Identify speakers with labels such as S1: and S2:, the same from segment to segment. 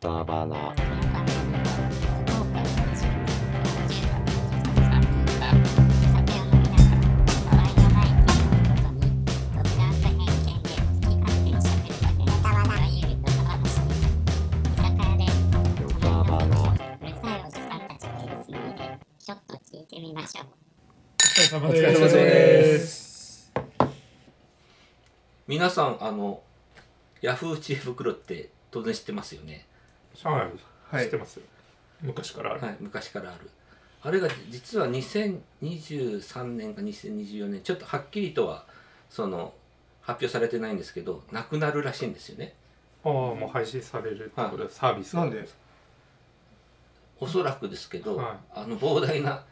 S1: 歌花歌花
S2: ちょっと聞いてみましょう。
S3: お
S4: お疲れ様で。す。
S5: 皆さんあのヤフー知恵袋って当然知ってますよね、
S3: 上海
S4: はい
S3: 知ってますよ。昔からある。
S5: はい、昔からあるあれが実は2023年か2024年ちょっとはっきりとはその発表されてないんですけどなくなるらしいんですよね
S3: ああ、もう廃止されるってことでサービス。
S4: なんで
S5: おそらくですけど、
S3: はい
S5: あの膨大な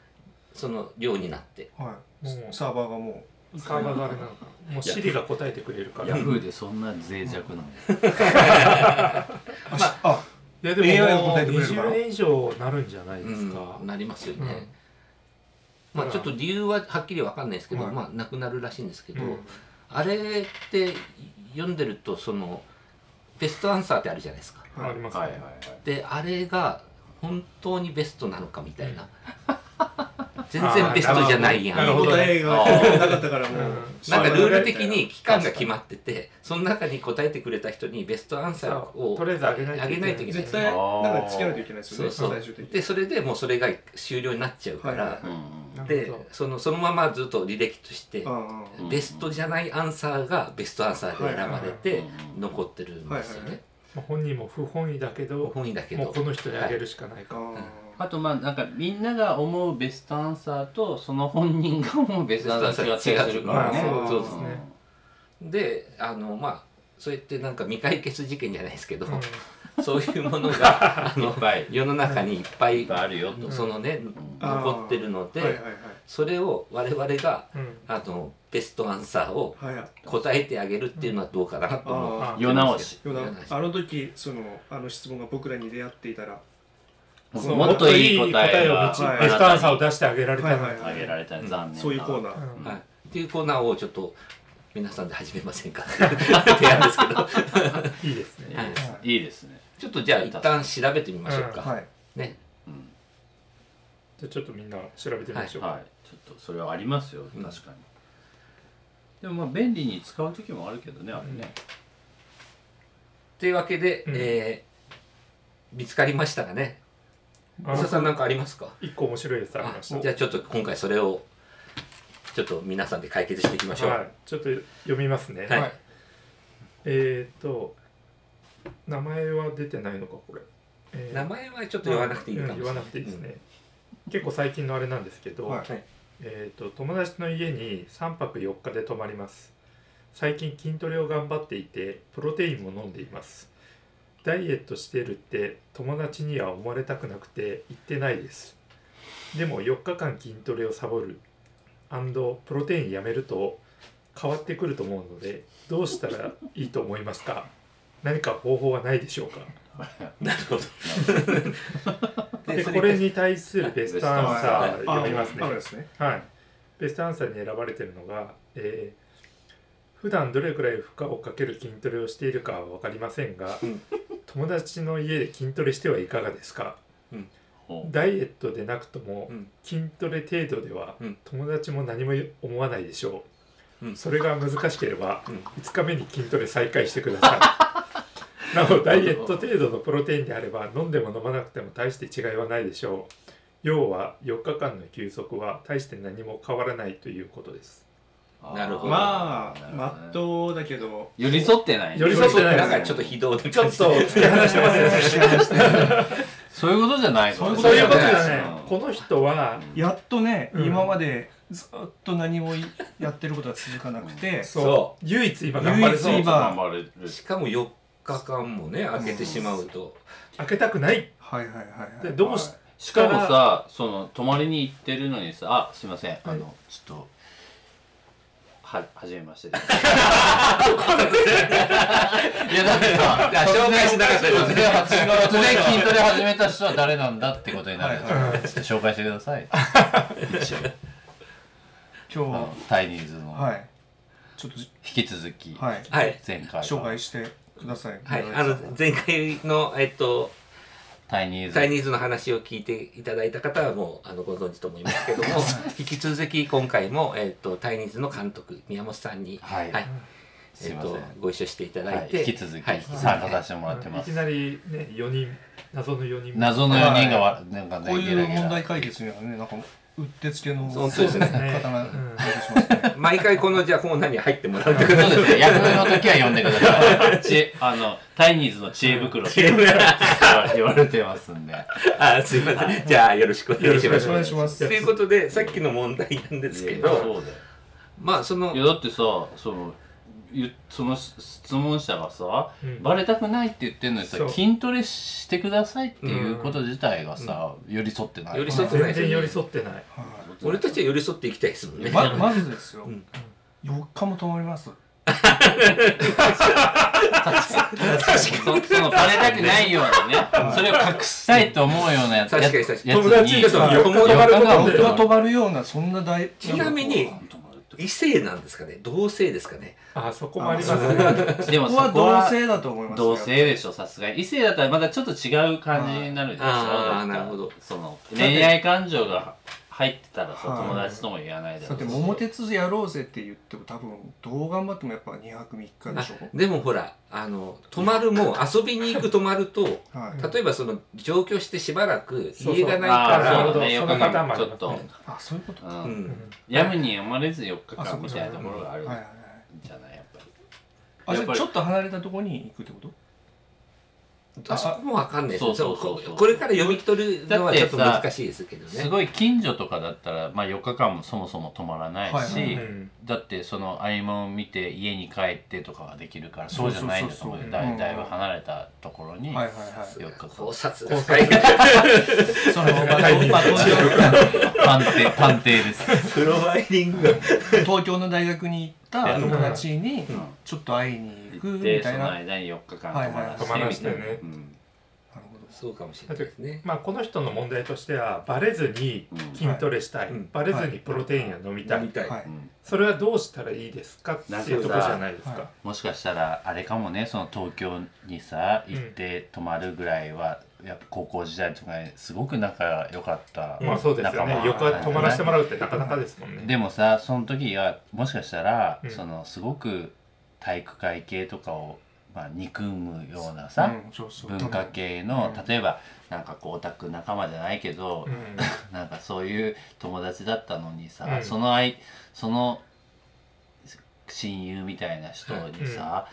S5: その量になって
S4: はい、
S3: もう
S4: サーバーがも
S3: サーバーがあれなのか。もうシリが答えてくれるから。
S6: ヤ
S3: い
S6: フーでそんな脆弱なの
S4: う、あ、しあ
S3: や
S4: AI
S3: でも
S4: が
S3: もう
S4: 答えてくれるから
S3: 20年以上なるんじゃないですか
S5: うん。なりますよね、
S3: うん
S5: まあちょっと理由ははっきりわかんないですけど、
S4: はい
S5: まあなくなるらしいんですけ
S3: う
S5: ど、
S3: ん
S5: あれって読んでるとそのベストアンサーってあるじゃないですか
S3: あります
S6: はいはい
S3: ね。
S5: であれが本当にベストなのかみたいな全然ベストじゃないやん
S3: あーなるほど
S4: 答えがなかったからもう、
S5: なんかルール的に期間が決まっててその中に答えてくれた人にベストアンサ
S3: さ
S5: ー
S3: あ、
S5: を
S3: とりあえず上げない
S5: あげないといけない
S4: 絶対なんか付き合わないといけないですよ
S5: そう
S4: ね、
S5: そう
S4: 最終的に。
S5: でそれでもうそれが終了になっちゃうから、
S4: はい
S6: うん
S3: なる
S5: で
S3: ほど
S5: そのそのままずっと履歴として
S4: あああ
S6: うん
S5: ベストじゃないアンサーがベストアンサーで選ば
S6: は
S5: れ
S6: い
S5: て
S6: はいはい
S5: 残ってるんですよ
S4: はいはいは
S5: ね
S3: まあ本人も不本意だけど、
S5: 本意だけ
S3: も
S5: ど
S3: うこの人にあげるしかない
S4: あ
S3: か。
S6: あとまあなんかみんなが思うベストアンサーとその本人が思うベストアンサーが違うするからね。
S3: まあ
S5: そう
S3: そうですね
S5: であのまあそうやってなんか未解決事件じゃないですけど、
S3: うん
S5: そういうものがあ
S6: い
S5: の
S6: っぱいいっ
S5: 世の中にいっぱい
S6: ぱいあるよと。
S5: そのね
S4: あー
S5: 残ってるので、
S4: はいはいはい。
S5: それを我々が
S3: うん
S5: あのベストアンサーを
S4: はいはい
S5: 答えてあげるっていうのはどうかなと思う。
S4: あ
S6: 世直し。
S4: あ、よ
S5: 世
S4: な
S5: 直し
S4: あの時そのあの質問が僕らに出会っていたら、そう
S6: もっといい答え
S3: を
S6: が
S3: 導
S4: はい
S3: ベストアンサーを出してあげられたのに。
S4: はいはい
S6: あげられたら残念。
S4: そういうコーナ
S3: う
S4: ー。
S3: ん
S5: はい、っていうコーナーをちょっと皆さんで始めませんか 提案ですけど
S3: いいですね。
S6: ー。いいですね。
S5: ちょっとじゃあ一旦調べてみましょうか、
S4: はい。
S5: ね
S6: うん
S3: じゃあちょっとみんな調べてみましょう。
S6: はい。ちょっとそれはありますよ
S5: うん
S6: 確かに。でもまあ便利に使う時もあるけどねあれね。
S5: というわけで、
S3: うん
S5: えー見つかりましたがね伊
S3: あの
S5: 佐さんなんかありますか
S3: 一個面白いやつあり
S5: あ
S3: ました。
S5: じゃあちょっと今回それをちょっと皆さんで解決していきましょう、
S3: はい、ちょっと読みますね。
S5: はい
S4: はい
S3: えっ、と名前は出てないのかこれ。えー
S5: 名前はちょっと言わなくていいかもし
S3: うん
S5: れ
S3: 言
S5: な
S3: わ
S5: い、
S3: なくていいですね。結構最近のあれなんですけど、
S4: はい
S5: はい
S3: えっ、と友達の家に3泊4日で泊まります。最近筋トレを頑張っていてプロテインも飲んでいます。ダイエットしてるって友達には思われたくなくて言ってないです。でも4日間筋トレをサボるプロテインやめると変わってくると思うのでどうしたらいいと思いますか何か方法はないでしょうか
S5: なるほど
S3: で
S5: そ
S3: これに対するベストアンサー
S4: あ
S3: 読みますね
S4: あるんですね。
S3: はい、ベストアンサーに選ばれているのが、えー普段どれくらい負荷をかける筋トレをしているかは分かりませんが、
S5: うん
S3: 友達の家で筋トレしてはいかがですか
S6: ほう
S3: ダイエットでなくとも
S5: うん
S3: 筋トレ程度では
S5: うん
S3: 友達も何も思わないでしょう、
S5: うん
S3: それが難しければ
S5: うん
S3: 5日目に筋トレ再開してください なおダイエット程度のプロテインであれば飲んでも飲まなくても大して違いはないでしょう要は4日間の休息は大して何も変わらないということです
S5: なるほど
S4: まあ、
S6: なるほどね
S4: まっとうだけど、
S6: 寄り添ってない。
S3: 寄り添ってない
S5: なんかちょっと非道で
S3: ちょっと突き放してますよね
S6: そういうことじゃないの。
S3: そういうことじゃ
S6: じ
S3: な
S6: ゃ
S3: い
S6: ない
S3: この人は
S4: やっとね、
S3: うん
S4: 今までずっと何もやってることが続かなくて、
S5: そ
S3: そう唯一今頑張れそう
S4: 唯一今
S6: 頑張れる
S5: しかも4日間もね開けてしまうと、
S3: 開けたくない
S4: はいはいはい
S3: で
S4: はい。
S3: どうし
S6: しかもさその泊まりに行ってるのにさあすいませんあのちょっとははじめまして ですいやだってさ
S5: いや紹介しなかったよ
S6: 突然発言が突然筋トレ始めた人は誰なんだってことにな
S4: は
S6: る
S4: い
S3: はいはい
S6: ちょっと紹介してください一応
S4: 今日
S6: あ
S4: は
S6: のタイニーズの
S4: はい、ちょっとじ
S6: 引き続き
S4: はい
S5: はい
S6: 前回
S4: 紹
S6: から
S4: 介して
S7: ください。
S5: はい、
S7: 村
S5: あ
S7: 井さ
S5: の
S7: ん
S5: 前回の、えっと、
S6: タイニーズ
S5: タイニーズの話を聞いていただいた方はもうあのご存知と思いますけ ども引き続き今回も、えっと、タイニーズの監督宮本さんに、
S6: はい、
S5: はい
S6: す
S5: え
S6: い
S5: っ
S6: ません、
S5: と、ご一緒していただ
S6: はいい、
S5: て、
S6: 引き続き
S5: はい
S6: 参加させてもらってま
S3: い
S6: す、
S3: きなりね4人謎の4人
S6: 謎の4人がわなんかね
S7: こうい
S6: ゲラ
S7: う
S6: ゲラ
S7: 問題解決にはね、なんか、うってつけの
S5: 本当ですね
S7: 方が
S3: うん
S7: 出てしますね。
S5: 毎回このじゃあコーナーに入ってもらうってこと
S6: そうですね役の時は呼んでくださいちあのタイニーズの知恵袋って言われてますんで
S5: あすいませんじゃあよろしくお願いし
S3: よろ
S5: ま
S3: し
S5: す
S3: くお願いします
S5: ということでさっきの問題なんですけ
S6: いや
S5: ど
S6: そうだよ
S5: まあその
S6: いやだってさそのゆその質問者がさ、
S3: うん
S6: バレたくないって言ってんのにさ
S3: そう
S6: 筋トレしてくださいっていうこと自体がさ、寄り添ってない
S5: 寄り添ってない
S3: 全然寄り添ってない
S7: は
S5: 俺たちは寄り添っていきたいですもんね
S7: いままずですよ
S5: うん、
S7: 4日も泊まります。
S6: そそのバレたくないようなねそれを隠したいと思うようなやつ
S5: 確かに
S6: やつ
S5: 確かに
S6: やつ
S5: 友達だと
S6: に
S5: 友達
S6: が
S7: 4
S6: 本
S7: 日
S6: 当
S7: は
S6: は
S7: 泊まるような、そんな大。
S5: ちなみに異性なんですかね同性ですかね
S3: あそこもありますね
S6: でも
S7: こ
S6: そ
S7: こは
S6: こ
S7: 同
S6: は
S7: 性だと思いますよ。
S6: 同性でしょさすがに異性だったらまだちょっと違う感じになるでしょ
S5: あー
S6: だって
S5: なるほど
S6: その恋愛感情が入ってたらさ
S7: はい
S6: 友達とも言わないだ
S7: だ
S6: ろ
S7: っ
S6: う
S7: て
S6: し
S7: 桃鉄やろうぜって言っても多分どう頑張ってもやっぱ2泊3日で
S5: あ
S7: しょ
S5: でもほらあの泊まるもう遊びに行く泊まると
S7: はい
S5: 例えばその上京してしばらく
S3: そうそう
S5: 家がない
S6: あ
S5: か
S6: あ
S3: な
S6: そう
S3: る
S5: ら
S3: ほ
S6: だ
S3: ど
S6: ねよ
S3: そのパターンも
S6: く
S3: あ
S6: ち
S3: り
S6: ょ
S3: ま
S6: っ
S3: すね
S6: と
S7: あそういうこと
S6: う
S5: うん
S3: うん
S5: ん
S6: やむにやまれず4日
S7: あそ
S6: 間
S7: う
S6: みたいなところがあるん
S7: はいはいはい
S6: じゃないやっぱり
S7: あじ
S6: やっ
S7: ゃ
S6: ぱ
S7: あ
S6: り
S7: ちょっと離れたところに行くってこと
S5: あそこもわかんないです
S6: そうそうそう
S5: ここれから読み取るのはちょっと
S6: だってさ
S5: 難しいですけど
S6: す
S5: ね
S6: ごい近所とかだったらまあ4日間もそもそも泊まらない
S7: はい
S6: し
S3: うん
S6: だってその合間を見て家に帰ってとかはできるからそうじゃないんだと思うよ
S7: そうそうそうそ
S6: 大
S7: う
S6: 体は離れたところに
S7: はい
S6: 4
S7: はいはい
S6: 日間
S5: 考察が深い
S6: その ままどうまあどうしよう探偵探偵 です
S5: プロバイディングが
S7: 東京の大学に行った友達に
S6: ん
S7: ちょっと会いに行く
S6: 行っ
S7: み
S6: て
S7: た
S6: そ
S7: い
S6: の
S7: ななる
S6: 間に4日間
S3: はいはい
S6: 泊まらせてみたいな
S3: 泊
S6: うん
S7: ほど
S5: そうかもしれないですね
S3: まあこの人の問題としてはバレずに筋トレしたい、
S5: うん
S3: バレずにプロテインや飲みたい、
S5: 飲みたい
S7: はい
S6: うん
S3: それはどうしたらいいですかっていうところじゃないですか、
S7: は
S6: もしかしたらあれかもねその東京にさ
S3: うん
S6: 行って泊まるぐらいは、やっぱ高校時代とかにすごく仲良かった
S3: まあそうですよね
S6: 仲間
S3: よく泊まらせても
S6: う
S3: らうってなかなかですもんね、
S6: でもさその時はもしかしたら、
S3: うん
S6: そのすごく体育会系とかを、まあ、憎むようなさ、
S7: うんそうそう
S6: 文化系の、
S7: うん
S6: 例えばなんかこうオタク仲間じゃないけど、
S3: うん
S6: なんかそういう友達だったのにさ、
S3: うん
S6: その愛その親友みたいな人にさ、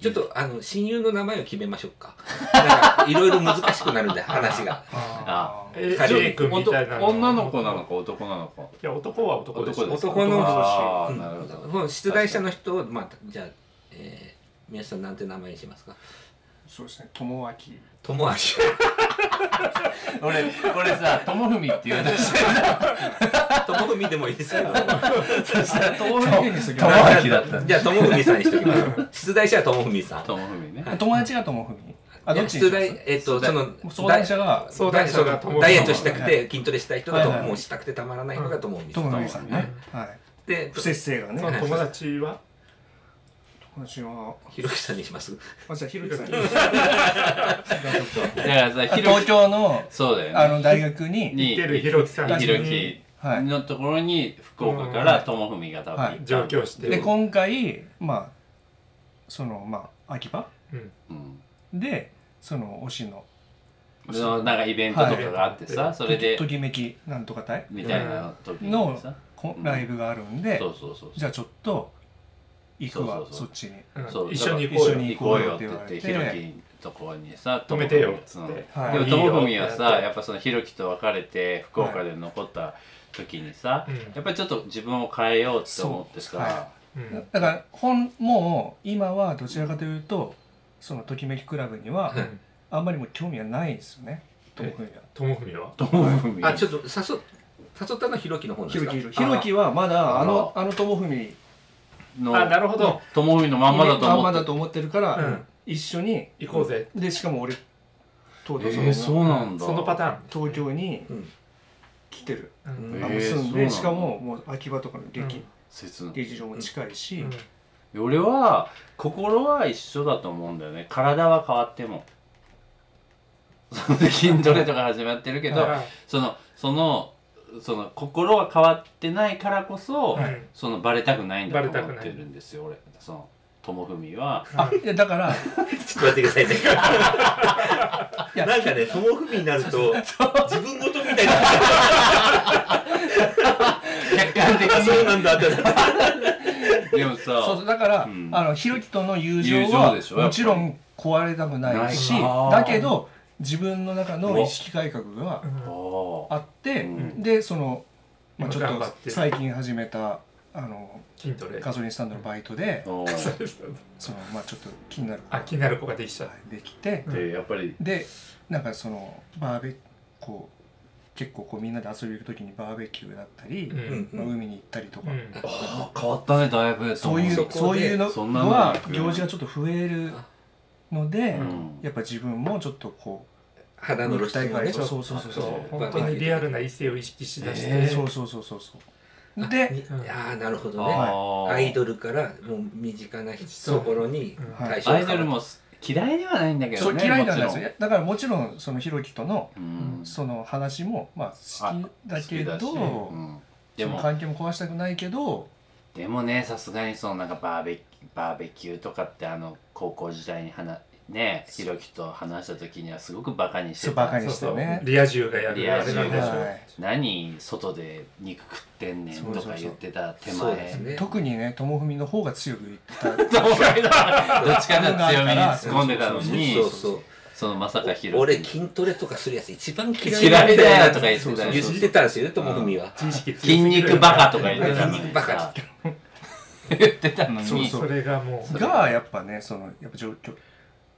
S5: ちょっとあの親友の名前を決めましょうかなんかいろいろ難しくなるんで話が
S7: あー
S3: え
S5: 彼
S3: J 君みたいな
S6: か男なのか
S3: いや男は男でしょ
S5: です
S3: 男
S5: 男の
S6: あ
S5: う
S6: ー
S5: ん
S6: なるほど
S5: その出題者の人を、まあ、じゃあ、えー、皆さんなんて名前にしますか
S7: そうですね友明
S5: 友足
S6: 俺俺さ友文って 言うとして
S5: 友文でもいいですけど
S7: 友明にする
S6: 友明だった
S5: じゃあ友文さんにしときます出題者は友文さん
S6: 友文ね
S7: 友達が友文あどっちに
S5: 出
S7: します
S5: 題えっ、とその
S7: 相談者が
S3: 相談者が友文
S5: ダイエットしたくて筋トレしたい人が、と
S7: はいはい
S5: もうしたくてたまらないのが友文さん
S7: 友文さんねはい
S5: で
S7: 不節制がね
S3: その友達は
S7: 友達は
S5: ひろきさんにします
S7: あじゃあひ ろきさん
S6: だからさひろ
S7: 東京の
S6: そうだよね
S7: あの大学に、
S6: に
S3: 行ってるひろきさんに
S6: ひろき
S7: はい、
S6: のところに福岡から友文が多分行ったんだ
S3: 上京して
S7: で今回まあそのまあ秋葉
S3: うん
S6: うん
S7: でその推しの
S6: そのなんかイベントとかがあってさ、
S3: はい
S6: それで
S7: ときめきなんとか隊
S6: みたいな時に
S7: の
S6: さ、
S7: こ
S6: うん
S7: ライブがあるんで、
S6: そうそうそう
S7: じゃあちょっと行くわ
S6: そう
S7: そ
S6: そうそう
S7: っちに
S3: うん
S6: そう
S3: 一緒に行
S7: 一
S3: こうよ
S7: 緒に
S6: 行こうよって言っ
S7: 行
S6: て
S7: こう
S6: ひ
S7: よ
S6: ろ
S7: って言われ
S6: き
S7: て
S6: のところにさ
S3: 止めてよっつ
S6: そ
S3: っ
S6: の
S3: て、
S7: は
S6: でも
S7: い
S3: いいよ
S6: 友文はさ
S3: って
S6: やっぱそのひろきと別れて福岡で残った時にさ、
S3: うん
S6: やっぱりちょっと自分を変えようって思ってさ、
S7: そうは
S3: うん
S7: だから本もう今はどちらかというとそのときめきクラブには
S3: うん
S7: あんまりもう興味はないんですよねともふみは。
S3: 友文は
S6: 友文
S5: あちょっと誘誘ったのはひろきの方なん
S7: ひ
S5: です
S7: ろ
S5: か
S7: きひろきはまだあのあのともふみ
S6: の
S3: あなるほど
S6: 友文のまんまだと
S7: まん
S6: 思
S7: ま
S6: っ
S7: だ
S6: て
S7: と思ってるから、
S3: うん
S7: 一緒に
S3: 行こうぜ
S7: でしかも俺と
S6: えー、そうなんだ
S3: そのパターン
S7: 東京に
S5: うん
S7: 来てる、
S3: うん
S5: え
S7: あの
S6: ー
S7: 住ん
S6: そうなん
S7: で
S6: だ
S7: しかももう秋葉とかの劇,、
S3: うん
S6: 切な
S7: 劇場も近いし、
S3: うん
S6: 俺は心は一緒だと思うんだよね体は変わって もその筋トレとか始まってるけど、
S3: はい
S6: そのそのその心は変わってないからこそ、
S3: はい
S6: そのバレたくないんだと
S3: バレた
S6: 思
S3: く
S6: っ
S3: な
S6: て
S3: い
S6: るんですよ俺その友文は
S3: あ
S7: いやだから
S5: ちょっと待ってくださいね
S7: いや
S5: なんかね友文になると自分ごとみたいな
S6: 客観的
S5: そう
S6: に
S5: なんだって
S6: でもさ
S7: そうそうだから、
S6: うん
S7: あのひろきとの友情
S6: 友
S7: は
S6: 情でしょやっぱり
S7: もちろん壊れたくないし
S6: ないあー
S7: だけど自分の中の意識改革が
S6: おー
S7: あって、
S6: うん
S7: でその、まあ、ちょっ
S3: 頑張っ
S7: と
S3: て
S7: 最近始めたあの
S3: 筋トレ
S7: ガソリンスタンドのバイトで
S6: お
S3: そう
S6: ー
S3: です
S7: その、まあ、ちょっと気になる
S3: あ気になる子ができちゃう
S7: できて
S6: でやっぱり
S7: でなんかそのバーベこう結構こうみんなで遊びに行く時にバーベキューだったり、
S3: うんうん
S7: まあ、海に行ったりとか、
S6: あー変わったねだいぶ
S7: そういう
S5: そ
S7: そ
S5: こで
S7: ういうの
S6: そんなの
S7: は
S6: なく
S7: 行事がちょっと増えるので、
S6: うん
S7: やっぱ自分もちょっとこ
S5: 肌
S7: う
S5: の露出もね
S7: そうそうそうそう
S6: そ
S7: そうう
S3: 本当にリアルな異性を意識しだして、
S6: えー
S7: そうそうそうそうそう
S5: で
S7: で、
S3: うん
S5: ああなるほど
S7: は
S5: ね
S7: い
S5: アイ
S6: ル
S5: ドルからもう身近な人ところに
S3: う
S7: は
S3: ん
S7: い
S5: 対象
S6: アイドルも嫌いではないんだけ
S7: そ
S6: ど
S7: う
S6: ね
S7: 嫌いなんで
S6: も
S7: す
S6: ちろん
S7: よだからもちろんそのひろきとの
S6: うん
S7: その話もまあ好きだけ
S6: あ好きだし
S7: ど、
S6: うんで
S7: その
S6: も
S7: 関係も壊したくないけど
S6: でもねさすがにそのなんかバーベキバーベキューとかってあの高校時代に話ねひろきと話した時にはすごくバカにして
S7: そう
S6: た
S7: バカにしてね
S3: リア充がやるあれなんでしょ
S6: リア充
S7: はい
S6: 何外で肉食ってんねんとか言ってた手
S5: そうで
S6: 前
S5: すね
S7: 特にね友文の方が強く言ってた
S6: どっちかが強めに突っ込んでたのに
S5: そうそう
S6: そのまさかひろ
S5: 俺
S6: き
S5: 筋トレとかするやつ一番嫌い
S6: 嫌いだよとか
S5: 言
S6: 言ってたよ
S5: ってたんですよね友文は
S3: 知識強すぎ
S6: 筋
S3: る
S6: 肉バカとか言ってたのに
S5: 筋肉バカ
S6: さ言ってたのに
S7: そうそう
S3: それがもう
S7: がやっぱねそのやっぱ状況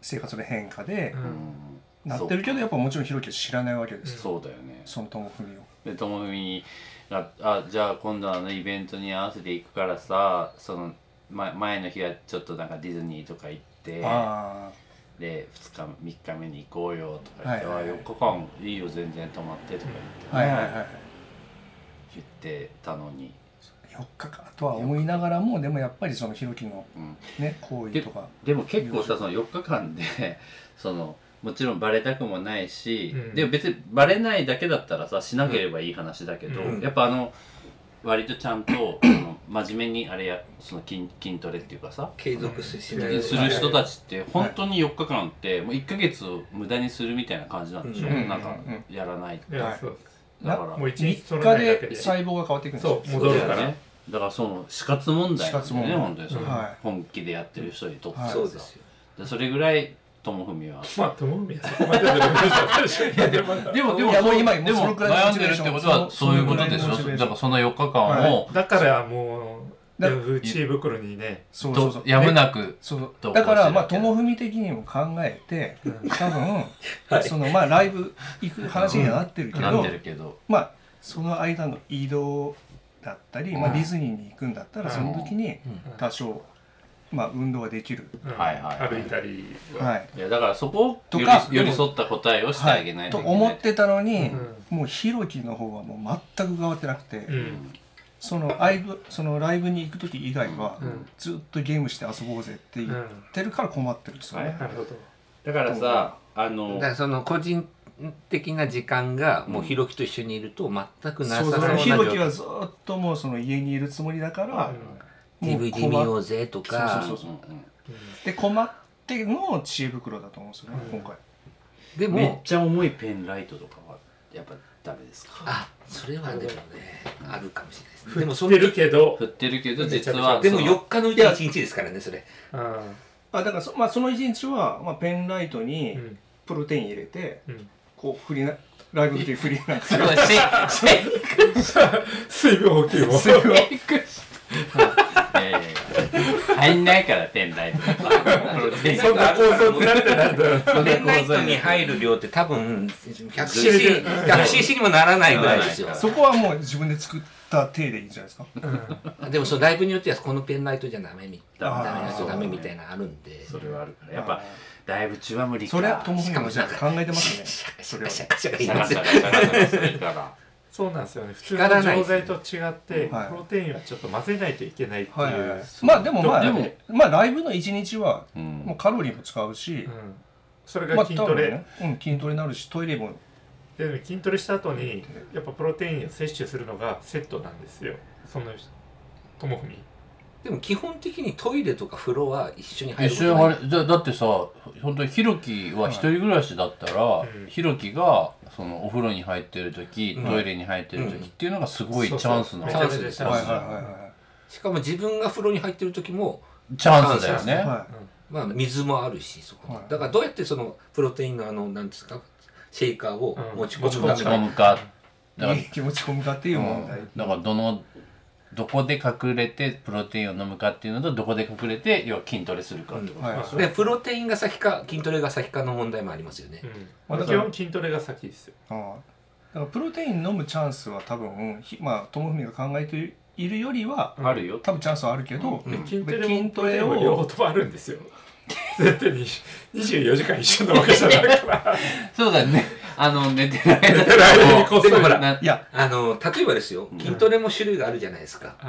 S7: 生活の変化で
S3: う、ん
S6: うん
S7: なってるけどやっぱもちろんひろきは知らないわけです、
S6: そうだよね
S7: その友文を。
S6: でともみが「あじゃあ今度あのイベントに合わせて行くからさその、ま、前の日はちょっとなんかディズニーとか行って
S7: あ
S6: で2日3日目に行こうよ」とか言って「
S7: はいはい
S6: あ4日間いいよ全然泊まって」とか
S7: あはいはいはい
S6: 言ってたのに、
S7: 4日かとは思いながらもでもやっぱりそのひろきの
S6: うん、
S7: ね行為とか
S6: でも結構さその4日間で そのもちろんバレたくもないし、
S3: うん
S6: でも別にバレないだけだったらさしなければいい話だけど、
S3: うん
S6: やっぱあの割とちゃんとあの真面目にあれやその筋筋トレっていうかさ
S5: 継続しない
S3: うん
S6: する人たちって本当に4日間ってもう1ヶ月を無駄にするみたいな感じなんでしょ、
S5: うん
S6: なんか
S7: うん
S6: やらない
S3: いやそう
S6: だから
S3: もう一
S7: 3
S3: 日取らないだ
S7: 日
S3: け
S7: で
S3: で
S7: 細胞が変わっていくんですよ
S3: そう戻るか
S6: そ
S3: ら
S6: うだよねだからその死活問題なんだよ
S7: 死活問
S6: ね
S7: 題
S6: 本当にその、
S7: はい
S6: 本気でやってる人にとって
S7: はい
S6: さ
S5: そうですよ
S6: でそれぐらい友文は
S3: まあ友文はそこまででもないでしょ
S6: でもでも
S7: いやもう今
S6: そう
S7: も
S6: で
S7: うそ
S6: も
S7: のくら
S6: 悩
S7: いのモ
S6: ん
S7: チ
S6: でる
S7: ベー
S6: っ
S7: ション
S6: てことは
S7: そ
S6: そう
S7: の
S6: いうことで
S7: そのモチ
S6: し
S7: ベ
S6: ょ
S7: ーション
S6: だからその4日間を
S3: だからもう
S7: だ
S3: ヤフー知恵袋にね
S7: そうそうそ
S6: と
S7: う
S6: やむなく
S7: そう
S6: 投稿
S7: だ
S6: し
S7: か
S6: て
S7: ら
S6: る
S7: まあ友文的にも考えて
S3: うん
S7: 多分、
S5: はい
S7: そのまあライブ行く話にはなってるけ
S6: な
S7: ど
S6: ってるけど
S7: まあその間の移動だったり、ま
S6: う
S7: あ、
S6: ん
S7: ディズニーに行くんだったらその時に
S5: ん
S7: 多少、まあ、運動ができる、
S3: うん
S6: はいはい
S3: 歩いたり
S7: はい
S6: いやだからそこを
S7: と
S6: 寄
S7: か
S6: り寄り添った答えをしてあげない
S7: と
S6: といけ
S7: 思
S6: な
S7: っ
S6: い
S7: てたのに、
S3: うん
S7: もうひろきの方はもう全く変わってなくて、
S3: うん
S7: そのライブそのライブに行く時以外は、
S3: うん
S7: ずっとゲームして遊ぼうぜって
S3: う
S7: 言っ
S3: ん
S7: てるから困ってるんですよね。
S3: なるほど
S6: だからさあの
S5: だからその個人的な時間がもうひろきと一緒にいると全くなさ
S7: そ
S5: そうう
S7: そう
S5: な
S7: ひ
S5: 状
S7: ろきは
S5: 況
S7: ずっともうその家にいるつもりだから、もう
S5: DVD 見よ
S7: 困っ
S5: うぜと
S7: そう
S5: か
S7: そうそ
S6: う
S7: う
S6: ん
S7: て困っての知恵袋だと思うんですよね、
S3: うん
S7: 今回。
S5: で
S6: めっ
S5: も
S6: ちゃ重いペンライトとかはやっぱダメですか
S5: あそれはでもねあるかもしれないですねで
S3: 振
S5: も
S3: っ
S5: そ
S3: て
S5: の
S3: るけど
S6: 振ってるけど実は
S5: でも
S6: その
S5: 4日のうちは1日ですからねそれ
S3: うん
S7: あだからそ,、まあ、その一日は、まあ、ペンライト
S3: う
S7: に
S3: ん
S7: プロテイン入れて、
S3: うん
S7: こう振りなライブの時振りなんです
S6: そ
S7: よ。
S6: のシェシェイ
S3: 水分補給も
S7: それは
S6: クしていやいやいや入んないからペンライトとかプロテイン
S3: そんな構想になってないんだよ
S5: ペンライトに入る量って多分 100cc
S3: 100cc
S5: 100cc にもならないぐらいですよ
S7: そこはもう自分で作った手でいいんじゃないですか。
S5: でもそのライブによってはこのペンライトじゃダメみ
S6: ダメ
S5: ダメな
S7: そ
S5: 人
S7: う
S5: ダメみたいなのあるんで
S6: それはあるからやっぱライブ中は無理か
S7: それは友文
S5: しか
S7: も
S5: も
S7: じゃあ考えてますね。
S5: シャカシ
S7: それ
S5: ャカ
S7: は
S5: シャカシャカ
S6: シ
S5: 言
S6: ャ
S5: い
S6: カ
S5: ます
S6: シャ
S5: よ
S6: カシャカシャカするから
S3: そうなんですよね普通の
S5: 光らない
S3: 錠剤と違って、
S7: はい
S3: プロテインはちょっと混ぜないといけないっていう、
S7: はいはいまあでもまあ
S6: でも
S7: まあライブの一日は
S6: うん
S7: もうカロリーも使うし
S3: う、ん、それ
S7: ま
S3: が
S7: あ
S3: 筋トレ、、
S7: 多分ねうん、筋トレになるしトイレも
S3: で筋トレした後にやっぱプロテインを摂取するのがセットなんですよそのともふみ
S5: でも基本的にトイレとか風呂は一緒に入
S8: 一
S5: るこ
S8: 緒
S5: と
S8: に
S5: な
S8: 入れ
S5: い
S8: だだってさ本当にひろきは一人暮らしだったら、
S3: いうん
S8: ひろきがそのお風呂に入ってる時、
S5: うん
S8: トイレに入ってる
S5: うん
S8: 時っていうのがすごいチ
S3: そうそう
S8: ャンスな
S3: め
S8: チ
S3: ちゃ
S8: ャ
S3: くちゃチャンス
S7: はいはい
S5: しかも自分が風呂に入ってる時も、
S8: ンスだよ
S7: はいはい
S8: ね。
S7: は
S5: まあ、水もあるしそこに、
S7: はい
S5: だからどうやってそのプロテインのあの何ですかシェイカーを
S3: うん
S5: 持ち
S3: 持ち
S5: 込
S3: 込
S5: む
S3: む
S8: 持
S5: ため
S8: ち
S5: の
S8: 込むかだか
S7: い
S8: ら
S7: いい気持ち込むかっていう問題、
S8: だからどのどこで隠れてプロテインを飲むかっていうのとどこで隠れて要は筋トレするかってこと、
S7: はい
S3: まあ
S5: でプロテインが先か筋トレが先かの問題もありますよね、
S3: う
S7: まあ
S3: ん、
S7: だ
S3: 基
S7: から
S3: 本筋トレが先ですよ
S7: ああだからプロテイン飲むチャンスは多分ひまあ友文が考えているよりは
S6: あるよ
S7: 多分チャンスはあるけど、
S5: うん
S3: で筋トレも
S7: 筋トレを
S3: プロテインも両方ともあるんです よ絶対に24時間一緒なわけじゃないから
S6: そうだ ねあの寝てない間
S3: 寝てる間にこっそり
S6: でもない
S7: や
S5: あの例えばですよ
S6: うん
S5: 筋トレも種類があるじゃないですか、
S3: はい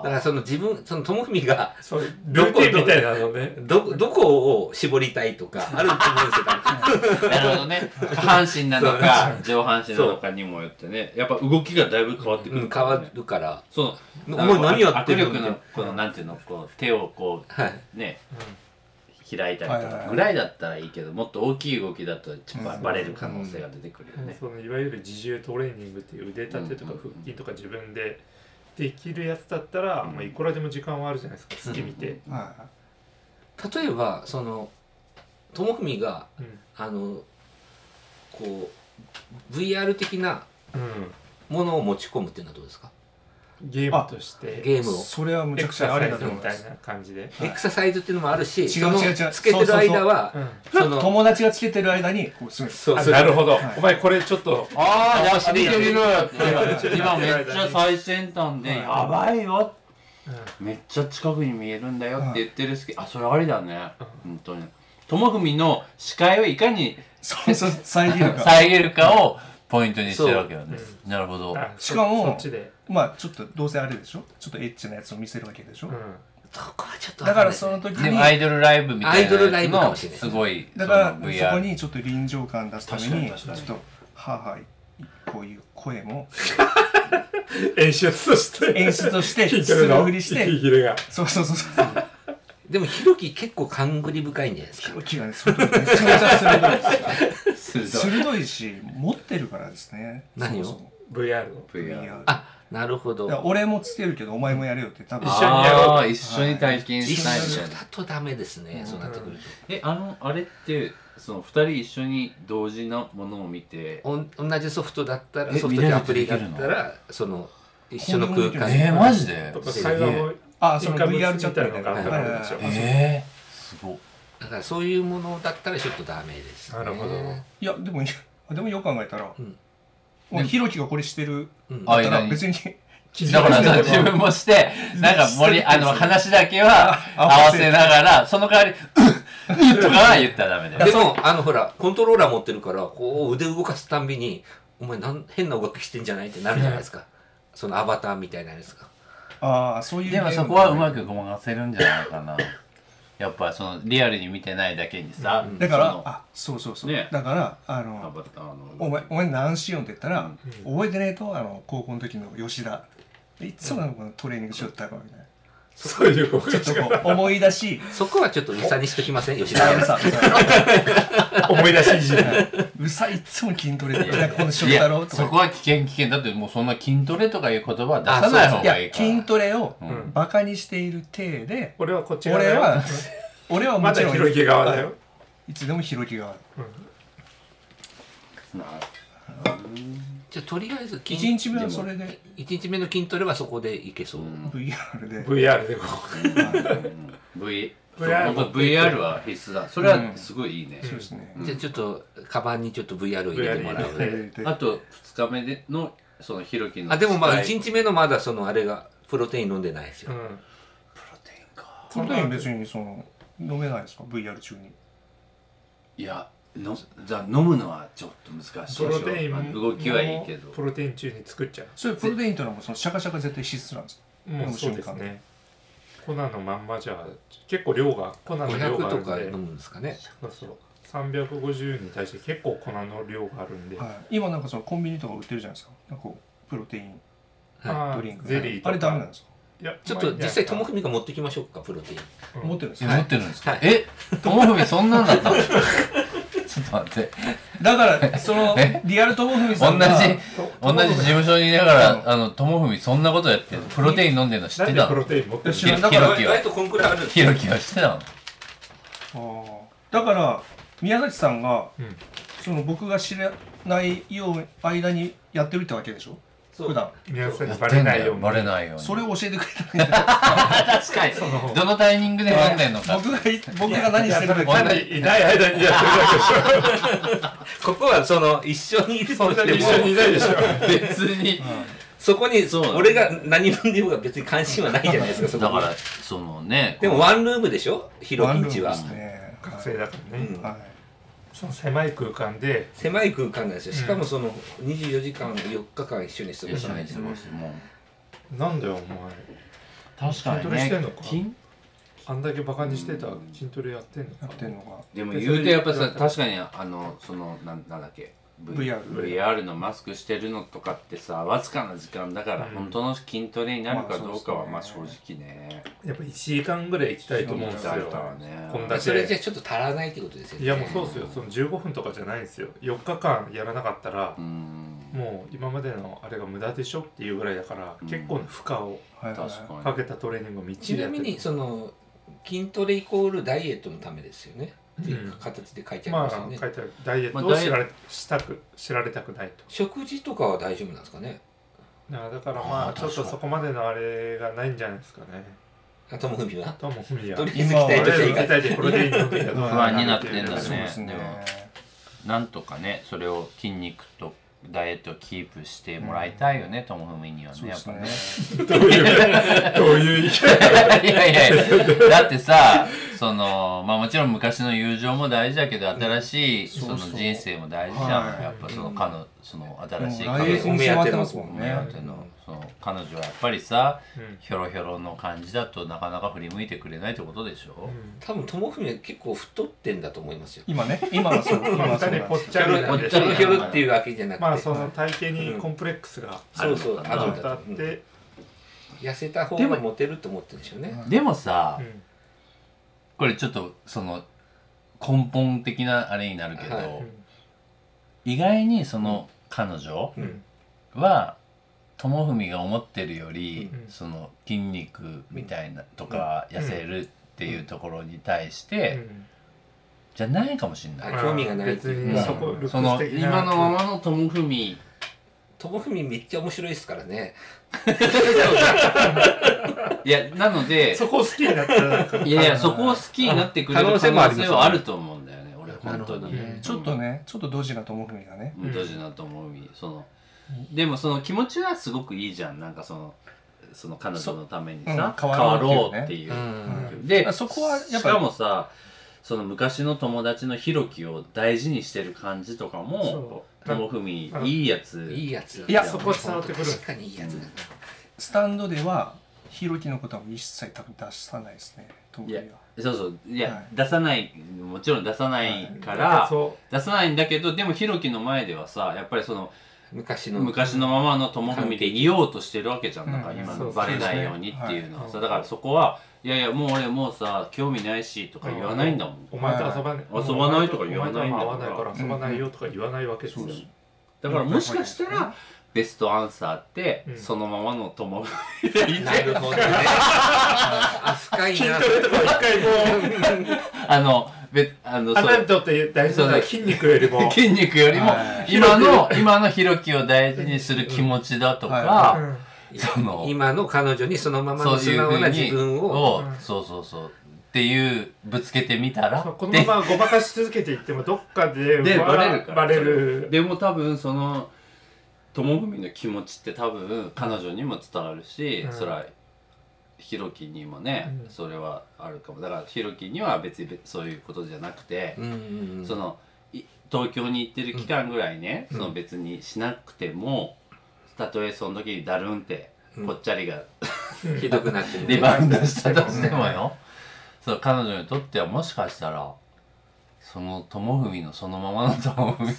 S6: あ
S5: だからその自分その友文が
S3: いそうルーティンみたいなのね
S5: どどこを絞りたいとかあると思うんです
S6: あ
S5: よ多分
S6: なるほどね下半身なのか上半身なのかにもよってねやっぱ動きがだいぶ変わ ってくる、
S5: うん変わるから
S6: そう
S5: お前何やってるの
S6: 握力のこのなんていうのこう手をこ
S5: はいう
S6: ね
S3: うん
S6: 開いたりと
S7: はいはい
S6: か
S7: はい
S6: ぐらいだったらいいけどもっと大きい動きだとちょっとば
S7: うん
S6: バレる可能性が出てくるよね、
S3: そのいわゆる自重トレーニングっていう腕立てとか
S6: うんうんうん
S3: 腹筋とか自分でできるやつだったら、
S6: うん
S3: まあ、いくらでも時間はあるじゃないですか好き見て、
S7: は
S5: 例えばその友文が
S3: うん
S5: あのこう VR 的な
S3: う
S5: ものを持ち込むっていうのはどうですか
S3: ん、ゲームとして
S5: ゲ
S7: い
S5: ームを
S7: それはむち
S3: エ
S7: ゃく
S3: ク
S7: ち
S3: サ
S7: ゃあ
S3: サ
S7: り
S3: イ
S7: だ
S3: ズ
S7: と思
S3: み
S7: いま
S3: たい
S7: す
S3: な感じで、
S5: エクササイズっていうのもあるし
S7: 違う
S5: その
S7: 違う違う
S5: つけてる間は
S3: うん
S5: その
S7: 友達がつけてる間にこうするんです
S5: そう
S3: あ
S5: そ
S3: な
S5: れ
S3: るほど、
S7: はい
S3: お前これちょっと
S6: あ
S5: あ
S6: あ
S5: ー
S6: 似てるよ
S3: てる
S6: 今めっちゃ最先端で
S7: はい
S6: やばいよ
S3: うん
S6: めっちゃ近くに見えるんだよって言ってるんですけどあそれありだね本当に友文の視界をいかに
S7: そうそう遮るか
S8: 遮るかをポイントにしてるわけなんです、なるほど
S3: あ
S7: しかも
S3: そそっちで、
S7: まあちょっとどうせあれでしょちょっとエッチなやつを見せるわけでしょ、
S3: うん
S5: そこはちょっと
S7: だからその時
S8: でもアイ
S7: に
S8: ドルライブみたい
S5: アイドルラ
S8: な
S5: イ
S8: やつ
S5: ブかも
S8: の
S5: しれない
S8: すごい
S7: だから
S8: そ
S7: そ
S8: の
S7: こ
S8: VR
S7: にちょっと臨場感出すため
S6: 確か
S7: に
S6: に確
S7: ち
S6: か
S7: ょ
S6: に
S7: っとはーはーいこういう声も
S3: 演出として
S7: 演 出として
S3: 筋
S7: す
S3: ト
S7: る
S3: レの
S7: ふりし
S3: 息
S7: て
S3: 切れが
S7: そうそうそうそう
S5: でもひろき結構勘繰り深いんじゃないですか
S7: 動きがねその時めちゃめちゃ鋭いです
S6: すると
S7: 鋭いし持ってるからですね
S5: 何を
S7: そもそも
S3: VR を
S6: VR
S7: だか
S5: あなるほど
S7: ら俺もつけるけどお前もやれよって多分
S3: 一緒にやろう
S6: あー一緒に体験
S5: 一
S6: しないみ
S5: 緒
S6: たいな
S5: だとダメですねそうなってくる
S6: えあのあれってその二人一緒に同時のものを見て
S5: とおん同じソフトだったら
S8: え
S5: ソフトでアプリ
S8: 見
S5: だ
S8: れ
S5: っ
S8: るってでき
S5: た
S8: るの
S5: らその一緒の空間
S8: えー、マジで
S3: とか
S8: すげ
S3: 会話も
S8: え
S7: あそ
S3: イン
S7: の
S3: カムみ
S7: VR チャット
S3: たい
S7: み
S3: な
S7: たいな
S3: のがあったからでしょ、
S7: はいはいはい
S8: えー、すごっ
S5: だからそういうものだったらちょっとダメです、ね。
S3: なるほど
S7: いやでも いやでもよく考えたら
S5: うん
S7: もうひろきがこれしてる
S5: うん
S8: あ
S7: だから
S8: いいな
S7: 別に
S8: だからさ自分もしてなんか森あの話だけは合わせながらその代わり「うっ」とかは言ったらダメだよ
S5: でもあのほらコントローラー持ってるからこう腕動かすたんびに「お前なん変な動きしてんじゃない?」ってなるじゃないですか、そのアバターみたいなやつが
S7: ああそういう
S8: でもそこはうまくごまかせるんじゃないかなやっぱそのリアルに見てないだけにさ、
S5: うん
S7: だから
S6: その
S7: あそうそうそう
S6: ね
S7: だからあ
S6: ア
S7: の
S6: バターの
S7: お前お前何しよんって言ったら
S3: う
S7: 覚えてねえとあの高校の時の吉田いつもなんかこのトレーニングしよったからみたいな
S3: そういう動
S7: ちょっ
S3: きが
S7: とこう思い出し
S5: そこはちょっとうさにしときません吉田
S7: あ
S5: さ
S7: の
S5: ん
S7: さ
S3: 思い出しいじる
S7: うさいつも筋トレでなんかこの翔太郎とか
S8: そこは危険危険だってもうそんな筋トレとかいう言葉は出さない方
S7: い
S8: がい
S7: や
S8: いから
S7: 筋トレを
S8: うん
S7: バカにしている体で
S3: 俺はこっち側だ
S7: 俺
S3: よ
S7: は俺は
S3: ま
S7: もち
S3: だ
S7: ろん
S3: 広げ側だよ
S7: いつでも広げ側
S6: な
S5: じゃあとりあえず筋
S7: 1日目はそれで
S5: 一日目の筋トレはそこでいけそう、
S7: VR で
S3: VR でこ
S6: V
S3: VR
S6: そう VR は必須だそれはすごいいいね、
S7: そうですね
S5: じゃあちょっとカバンにちょっと VR を入れてもらう
S3: VR 入れて
S6: あと2日目でのそのひろきの
S5: あでもまあ
S6: 使い
S5: 1日目のまだそのあれがプロテイン飲んでないです
S3: う、う
S5: よ、
S3: ん、
S7: その時に別にその飲めないですか VR 中に
S6: いやのじゃあ飲むのはちょっと難しいで
S3: プロ
S6: しょ
S3: テイン
S6: まあ
S3: も
S6: 動きはいいけど
S3: プロテイン中に作っちゃ
S7: それプロテインというのはもうそのシャカシャカ絶対必須なんです
S3: うもう
S7: 飲む
S3: そう
S7: 瞬
S3: です
S7: 間
S3: ね粉のまんまじゃ結構量が粉の量
S5: 500
S3: があ
S5: と
S3: るん
S5: か飲
S3: で
S5: むんですかね
S3: そうそう350に対して結構粉の量があるんで、
S7: はい、今なんかそのコンビニとか売ってるじゃないですかなんかこうプロテイン
S5: はい
S3: あー
S7: ドリンク
S3: ゼリーとか
S7: あれダメなんですか、
S3: いや
S5: ちょっと実際とも
S3: く
S5: ふみが持ってきましょうかプロテイン
S3: うん
S7: 持ってるんです
S8: え
S7: か、
S8: 持ってるんですか、
S5: はい
S8: えともふみそんなんだったの ちょっと待って
S7: だからその
S8: え
S7: リアル友文
S8: 同
S7: さんが
S8: じ同じ事務所にいながらあのともふみそんなことやってプロテイン飲んでるの知って
S3: なん
S8: た
S3: でプ
S8: の
S3: ロテイン持ってる
S7: 知
S8: ひ
S7: ら
S8: ろ
S7: ん
S8: き
S7: だから
S8: は
S5: 意外とこんくらいあるんです
S8: ひ
S5: よ
S8: ろきは知ってたの
S7: あーだから宮崎さんが、
S3: うん
S7: その僕が知らないよう間にやってるってわけでしょ
S5: そう
S7: 普段
S3: 皆さん
S8: や
S3: に
S8: っ
S3: バ
S8: て
S3: レ
S8: ん
S3: な
S8: だ
S3: いよう
S8: よ
S3: に
S8: バレないように
S7: それを教えてくれたん
S8: 確かに どのタイミングで飲んでんのか
S7: 僕が僕が何してるか
S8: いや
S3: いない間にやってるだけでしょ
S5: ここはその一緒にいるとしても
S3: 一緒にいないでしょ
S8: 別に
S5: そこに
S6: そうなの
S5: 俺が何飲んでようが別に関心はないじゃないですか そこ
S8: だ
S5: に
S8: からそのね
S5: でもワンルームでしょヒロ
S7: ワ
S5: キ
S7: ン
S5: ん
S7: ルー
S5: ち
S7: ム
S5: は
S7: で、すね
S3: 学生だから
S5: う
S3: ね、
S5: ん
S7: はい
S3: その狭い空間で
S5: 狭い空間なんですよ
S3: うん
S5: しかもその24時間4日間一緒に過ごさないと
S8: すごいですもう
S3: なんだよお前
S8: 確
S3: 筋トレしてんのか
S8: 筋
S3: あんだけバカにしてた筋トレやってんの
S7: やっ
S3: か
S7: てるのが
S6: でも言うてやっぱさ確かにあのそのなんなんだっけ V-
S7: VR
S6: VR のマスクしてるのとかってさわずかな時間だから、
S3: うん
S6: 本当の筋トレになるかどうかはま
S7: ま
S6: あ
S7: あ
S6: 正
S7: そうです
S6: 直ね、
S3: やっぱ1時間ぐらい行きたいと思うんですよ
S6: だからね
S3: こんだ
S5: それじゃ
S3: け
S5: ちょっと足らないってことですよね
S3: いやもうそうですよその15分とかじゃないんですよ4日間やらなかったら
S6: う、ん
S3: もう今までのあれが無駄でしょっていうぐらいだから、
S6: うん
S3: 結構な負荷を
S7: はいはい
S6: 確か
S3: か
S6: に
S3: けたトレーニングをみっち
S5: ち
S3: り
S5: な
S3: やって
S5: み
S3: る
S5: にその筋トレイコールダイエットのためですよね、っていう形で書いてあり
S3: ま
S5: ま
S3: あ
S5: した
S3: 書
S5: ね
S3: い、てあるダイエット
S6: まあ
S3: を
S6: ダイエ
S3: 知られしたく知られたくないと
S5: 食事とかは大丈夫なんですかね
S3: だからだからま
S8: あ
S3: あ
S8: ー
S3: ちょっ
S8: 確か
S3: と
S8: に
S3: そこまでのあれがないんじゃないですかね
S5: あともふみは
S3: ともふみや
S5: とりあえず期待としていいか
S3: たいでプロテイン飲んで
S7: 不
S8: 安になってんだね
S7: そうですね
S8: でもなんとかねそれを筋肉とダイエットをキープしてもらいたいよね、ともふみには
S7: そ
S8: ね
S7: うで
S8: やっ
S7: す
S8: ぱ
S7: ね
S8: ね
S3: どういうどういう意見
S8: いやいやいやだってさそのまあもちろん昔の友情も大事だけど新しいそ
S7: そ
S8: の
S7: うそう
S8: 人生も大事じゃん、
S7: はい
S8: やっぱその彼のその新しい
S7: もう
S8: 彼女
S7: 来月に迫ってますもん
S8: 目
S7: ね
S8: 当てのその彼女はやっぱりさ
S3: うん
S8: ひょろひょろの感じだとなかなか振り向いてくれないってことでしょ、
S5: 多分ともふみは結構太ってんだと思いますよ
S7: 今ね今はそう 今
S3: まあ
S7: はそう
S3: 二
S7: なん
S3: 人ぽ
S7: で
S3: っ
S7: す
S3: ちゃりなんで
S5: ひ
S8: ぽ
S5: ょろひょ
S8: り
S5: ろっていうわけじゃなくて、
S3: まあその体型にコンプレックスが
S5: そうそう
S8: あるのかな
S5: あるんだと思う
S3: で、
S5: 痩せた方がモテると思ってるんでしょうね
S8: でもさ、
S3: うん
S8: これちょっとその根本的なあれになるけど、
S5: は
S8: 意外にその彼女
S3: うん
S8: は友文が思ってるより、
S3: うん
S8: その筋肉みたいなとか痩せるっていうところに対して、
S3: うん
S8: じゃないかもしれない。
S5: あ興味がないって
S3: 別
S5: いう
S3: に
S5: か
S3: そこルック
S8: そ
S3: ス
S8: の
S3: 的な
S8: 今のままの友文
S5: ともふみめっちゃ面白いですからね
S8: いやなので
S3: そこ好きになったらなんか
S8: いやいやそこを好きになってくれる
S5: 可能性
S8: 可
S5: もあり
S8: 能
S5: ますよ
S8: 性はあると思うんだよね俺本当に、
S3: なるほどね
S7: ちょっとねちょっとドジな友文がね
S3: うん
S6: 無駄じなと思うそのでもその気持ちはすごくいいじゃんなんかそのその彼女のためにさ、
S7: そ
S6: 変
S7: うん
S6: わ
S7: 変わ
S6: ろ
S7: ろ
S6: う
S7: う
S6: っ
S7: ってて
S6: いう
S5: う
S6: うん
S5: ん
S6: で
S7: あそこはやっぱり
S6: しかもさその昔の友達のひろきを大事にしてる感じとかも
S3: そう
S6: ともふみいいやつ
S5: いいやつ
S6: いや
S3: そこ伝わってくる
S5: 確かにいいやつだな
S7: スタンドではひろきのことは一切多分出さないですね友
S6: いや
S7: 文は
S6: そうそういや、
S7: はい
S6: 出さないもちろん出さないから、
S3: そ
S6: 出さないんだけどでもひろきの前ではさやっぱりその
S5: 昔の
S6: 昔のままの友文でいようとしてるわけじゃん、なんか
S7: うん
S6: 今
S3: そう
S6: のバレないように
S7: そうで
S6: っ
S7: すね
S6: ていうのはさ、
S3: はい
S6: だからそこはいやいやもう俺もうさ興味ないしとか言わないんだもん、
S3: うお前と遊ばない
S6: はい遊ばないとか言わないんだから
S3: お前とは合わないから遊ばないよとか言わないわけですよ
S7: そうです
S6: だからもしかしたらベストアンサーって、
S3: うん
S6: そのままの友文
S5: なるほどねあ深いな
S3: 一回も
S8: あのべあの
S3: あなた
S8: そ
S3: にとって大事なのは筋肉より も
S8: う筋肉よりも
S7: はい
S8: 今の今のひろきを大事にする気持ちだと
S7: は
S8: か、その
S5: 今の彼女にそのまま
S8: そう
S5: の
S8: い
S5: 素
S8: うふ
S5: 直
S8: う
S5: な
S8: に
S5: 自分を
S8: をそうそうそうっていうぶつけてみたら
S3: そうこ
S8: っ
S3: の
S8: て
S3: ままごまかし続けていってもどっかで
S6: で
S3: うわ
S6: バレるから
S3: バレる
S6: でも多分その友文の気持ちって多分彼女にも伝わるし、
S3: うん
S6: それはひろきにもね、
S3: うん
S6: それはあるかもだからひろきには別にべそういうことじゃなくて、
S5: うんうんうん
S6: そのい東京に行ってる期間ぐらいね、
S5: うん
S6: その別にしなくてもたとえその時にだるんって
S5: うん
S6: ぽっちゃりが
S5: ひどくなって
S8: リ
S5: る
S8: バウンドしたとしてもよ、そう彼女にとってはもしかしたらその友文のそのままの友
S3: そ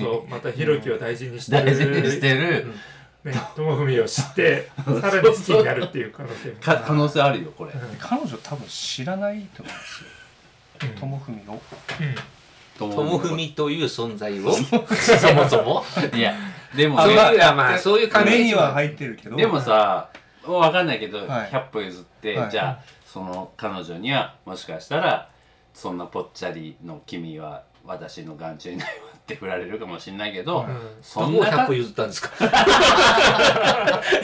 S8: 文
S3: うまたひろきを大事にしてる
S8: 大事にしてる
S3: ねともふみを知ってさらに好きになるっていう可能性も
S6: か可能性あるよこれ
S7: 彼女多分知らないと思うんですよ友文を
S5: ともふ
S6: み
S5: みという存在をそもそも
S8: いやでも
S5: そういう
S8: さ
S5: いやまあそういう感
S7: 目
S5: じ
S7: には入ってるけど
S6: でもさ分かんないけど、
S7: はい
S6: 100歩譲って、
S7: はい
S6: じゃあその彼女にはもしかしたらそんなぽっちゃりの君は私の眼中にないわって振られるかもしれないけど、
S7: はい
S5: ど
S6: そ
S5: こ
S6: ん
S5: を
S6: な
S5: 100
S6: か
S5: 歩譲ったんですか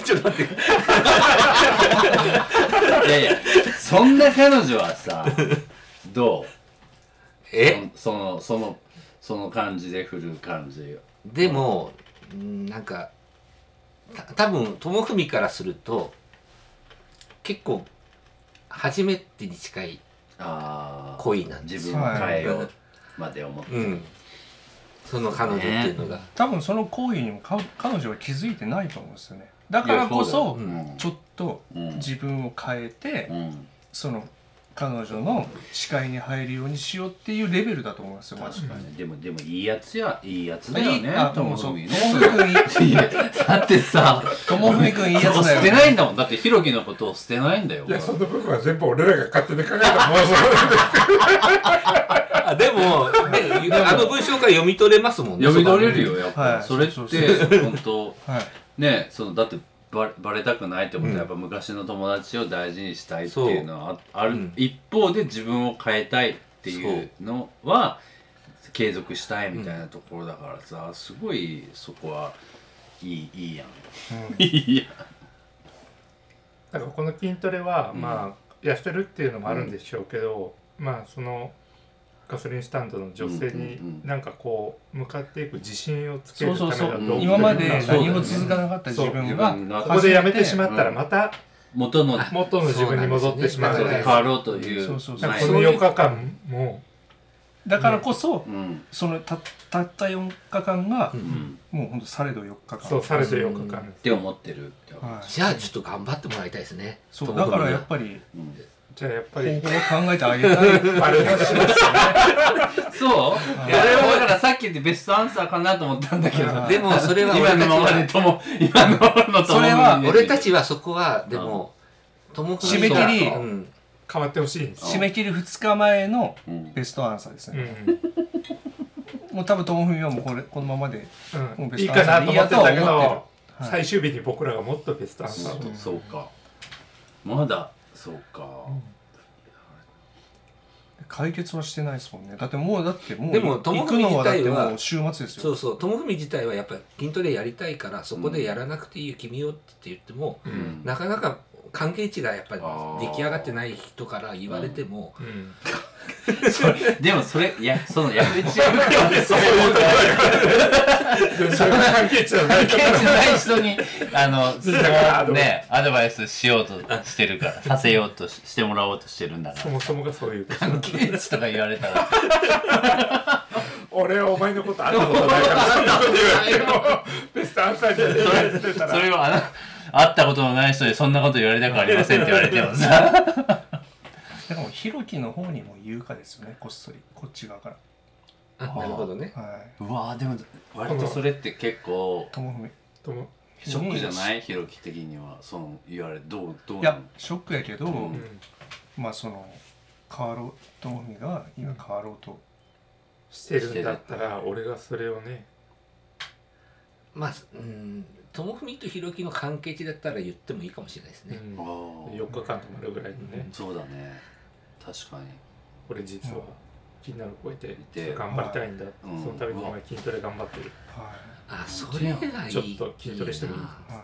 S5: ちょっと待って
S6: いやいやそんな彼女はさどう
S5: え
S6: そそのそのその感じで振る感じ
S5: でもうんなんかた多分ともふみからすると結構初めてに近い
S6: あー
S5: 恋なんです
S6: 自分を変えようまで思って、
S5: うんその彼女っていうのが、
S7: 多分その行為にもか彼女は気づいてないと思うんですよねだからこそ
S5: いやそうだよ
S6: うん
S7: ちょっと
S6: うん
S7: 自分を変えて
S6: うん
S7: その彼女の視界に入るようにしようっていうレベルだと思いますよマジ
S6: 確かにでもでもいいやつやいいやつだよね
S7: あ
S6: と
S7: も
S6: も
S7: うそ
S6: そうみね
S7: 友文君いい
S8: だってさ
S7: 友文君いいやつ
S8: そう
S7: だ
S8: 捨
S7: よ
S8: てないんだもんだってひろきのことを捨てないんだよ
S9: いや、その部分は全部俺らが勝手に考えた妄想で
S5: あでも、ね、あの文章から読み取れますもんね
S8: 読み取れるよやっぱ、
S7: はい
S8: それっ
S7: そうそう
S8: て本当
S7: はい
S8: ねそのだってバレバレたくないってことはやっぱ昔の友達を大事にしたいっていうのはあある、
S5: うん
S8: 一方で自分を変えたいっていうのは継続したいみたいなところだからさ、すごいそこはいいいいやん、いいやん
S3: だからこの筋トレは、
S8: うん
S3: まあ痩せるっていうのもあるんでしょうけど、まあそのガソリンスタンドの女性
S6: うんうん
S3: に
S6: うん
S3: なんかこう向かっていく自信をつけるた
S7: そ
S3: め
S7: う
S3: だ
S7: そ
S3: と
S7: うそう
S3: 思う
S7: 今ま
S3: なん
S7: で
S3: か
S7: 何も続かなかった自分が
S8: 自分が
S3: ここでやめてしまったら
S6: うん
S3: また
S8: 元の
S3: 元の自分に戻ってしまう
S5: そう
S3: の
S5: なん
S3: で
S5: です
S8: 変わろうという
S7: そうそうそう
S3: なんか
S8: 前
S3: この4日間も
S7: だからこそ
S6: うん
S7: そのたたった4日間が
S6: う
S5: う
S6: んん
S7: もうほんとされど4日間
S3: そうされて4日間
S8: って思ってるってこと
S7: はい
S5: じゃあちょっと頑張ってもらいたいですね
S7: そう
S5: とも
S7: だ
S5: ふみ
S7: か
S5: は
S7: らやっぱり
S6: うん
S3: じゃあやっぱ
S7: 方
S3: り
S7: 法を考えてあげたい
S3: あれだし
S8: そういやあれはだからさっきってベストアンサーかなと思ったんだけど
S7: はい
S5: でもそれは俺
S8: 今
S5: たち
S8: のままで
S5: は
S8: とも今のままのとも
S7: それは
S5: 俺たちはそこはでも友
S7: 締め切り
S5: うん
S3: 変わってほしいんですよ、
S7: 締め切り2日前の
S6: うん
S7: ベストアンサーです
S3: うん
S7: ね、もう多分ともふみはもうこれこのままで、
S3: うん
S7: もうベ
S3: いい
S7: ストア
S3: か
S7: ンサー
S3: なと
S7: でいい
S3: 思っ
S7: や
S3: て
S7: とは
S3: た
S7: 思っ
S3: け
S7: て
S3: ど、
S7: るはい
S3: 最終日に僕らがもっとベストアンサーを、
S6: そうそうかまだそうか、
S7: 解決はしてないですもんねだってもうだってもう
S5: でもと
S7: 行
S5: も
S7: く
S5: ふみ
S7: のは
S5: 自
S7: だっ
S5: 体
S7: て
S5: は
S7: もう週末です
S5: そ
S7: よ
S5: うそう友文自体はやっぱり筋トレやりたいからそこでやらなくていいよ君よって言っても
S3: う
S6: うんん
S5: なかなか関係値がやっぱり
S6: あー
S5: 出来上がってない人から言われても
S3: うん
S8: でもそれいやそのやめちゃうからね そういうこと
S3: 全然関係値はない
S8: 経験ない人にあの そ
S3: から
S8: のねアドバイスしようとしてるからさせようとししてもらおうとしてるんだか
S3: そ
S8: ら
S3: もそもがそういうこと
S8: 関係値とか言われたら
S3: 俺はお前のことあったことないからそんなこと言われてもベストアンサーじゃねえって言ってた
S8: そ
S3: ら
S8: れをあの会ったことのない人にそんなこと言われたくありませんって言われてもさ
S7: だからもうひろきの方にも言うかですよねこっそりこっち側から
S5: あなるほどね
S7: は
S8: う
S7: い
S8: んうわーでも
S6: 割とそれって結構
S7: ともふみ
S3: とも
S6: ショックじゃないいひろき的にはその言われどうどう
S7: い
S6: な
S7: や
S6: の
S7: ショックやけど、
S6: うん
S3: うん
S7: まあその変わろうともふみが今変わろうと、
S3: してるんだったら俺がそれをね
S5: まあうん友文とひろきの関係値だったら言ってもいいかもしれないですね
S3: うん
S6: あー
S3: 4日間止まるぐらいのね
S6: そうだね確かに
S3: 俺実はみんなの超えて
S6: で
S3: ちょっと頑張りたいんだそ
S6: うん
S3: のためにお前筋トレ頑張ってる
S7: は
S5: あそれがいい
S3: ちょっと筋トレしてもいい
S5: なあ
S7: いはい、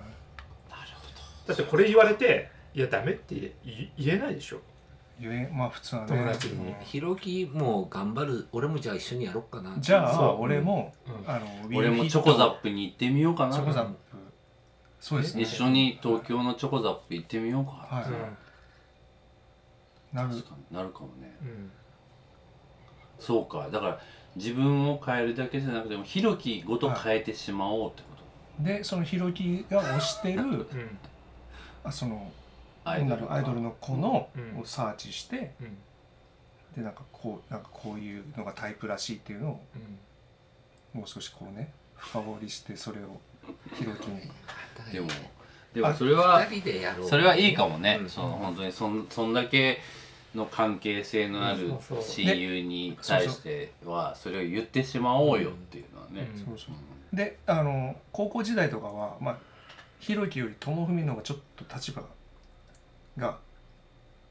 S3: だってこれ言われていやダメって言言えないでしょ
S7: ゆえまあ普通はね
S3: 友達に
S7: うん
S5: ひろきも頑張る俺もじゃあ一緒にやろっかな
S7: じゃ
S3: そ
S7: あ
S3: う
S7: 俺も、
S3: うん
S7: あの
S6: 俺もチョコザッ
S7: プ
S6: プに行ってみようかな
S7: チョコザップそうですね
S6: 一緒に東京のチョコザップ行ってみようか、
S7: はい
S3: うん
S7: なる
S6: 確かになるかもね
S3: うん
S6: そうかだから自分を変えるだけじゃなくてもひろきごと変えてしまおうってこと、
S7: でそのひろきが推してる
S3: うん
S7: あその
S6: アイド
S7: 女
S6: ル
S7: の
S6: か
S7: アイドルの子の
S3: うん
S7: をサーチして
S3: うん
S7: でなんかこうなんかこういうのがタイプらしいっていうのを
S3: うん
S7: もう少しこうね深掘りしてそれをひろきに
S6: でもでもそれは
S5: 二人でやろう
S6: それはいいかもね、
S5: う ん
S6: その本当にそんそんだけの関係性のある
S3: うんそうそう
S6: 親友に対してはそれを言ってしまおうよっていうのはね、
S3: うん
S7: そうそうであの高校時代とかはまあひろきより友文の方がちょっと立場が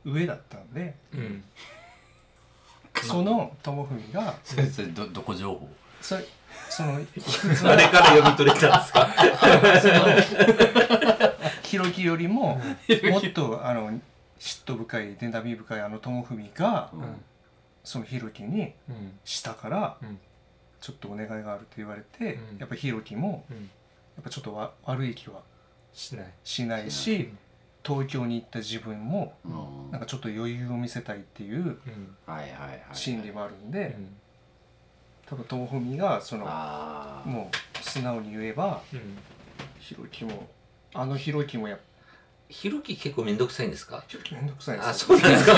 S7: 上だったんで
S3: うん
S7: その友文が
S6: それ それどどこ情報
S7: それその卑屈
S5: あれ
S7: な
S5: から読み取れたんですか
S7: ひろきよりももっとあの嫉妬深い妬み深いあの友文が
S6: うん
S7: そのひろきに
S3: うん
S7: 下から
S3: うん
S7: 「ちょっとお願いがある」と言われて、
S3: うん
S7: やっぱひろきも
S3: うん
S7: やっぱちょっとわ悪い気は
S3: しない
S7: しないし東京に行った自分も
S6: うん
S7: なんかちょっと余裕を見せたいっていう
S3: うん
S6: はいはいはい、はい、
S7: 心理もあるんで、
S3: うん
S7: 多分東文がその
S6: ああ
S7: もう素直に言えば
S3: うん
S7: ひろきもあのひろきもやっぱ
S5: ひろき結構めんどくさいんですか
S7: ひろきめんどくさいで
S5: あ
S7: す
S5: そうなんですか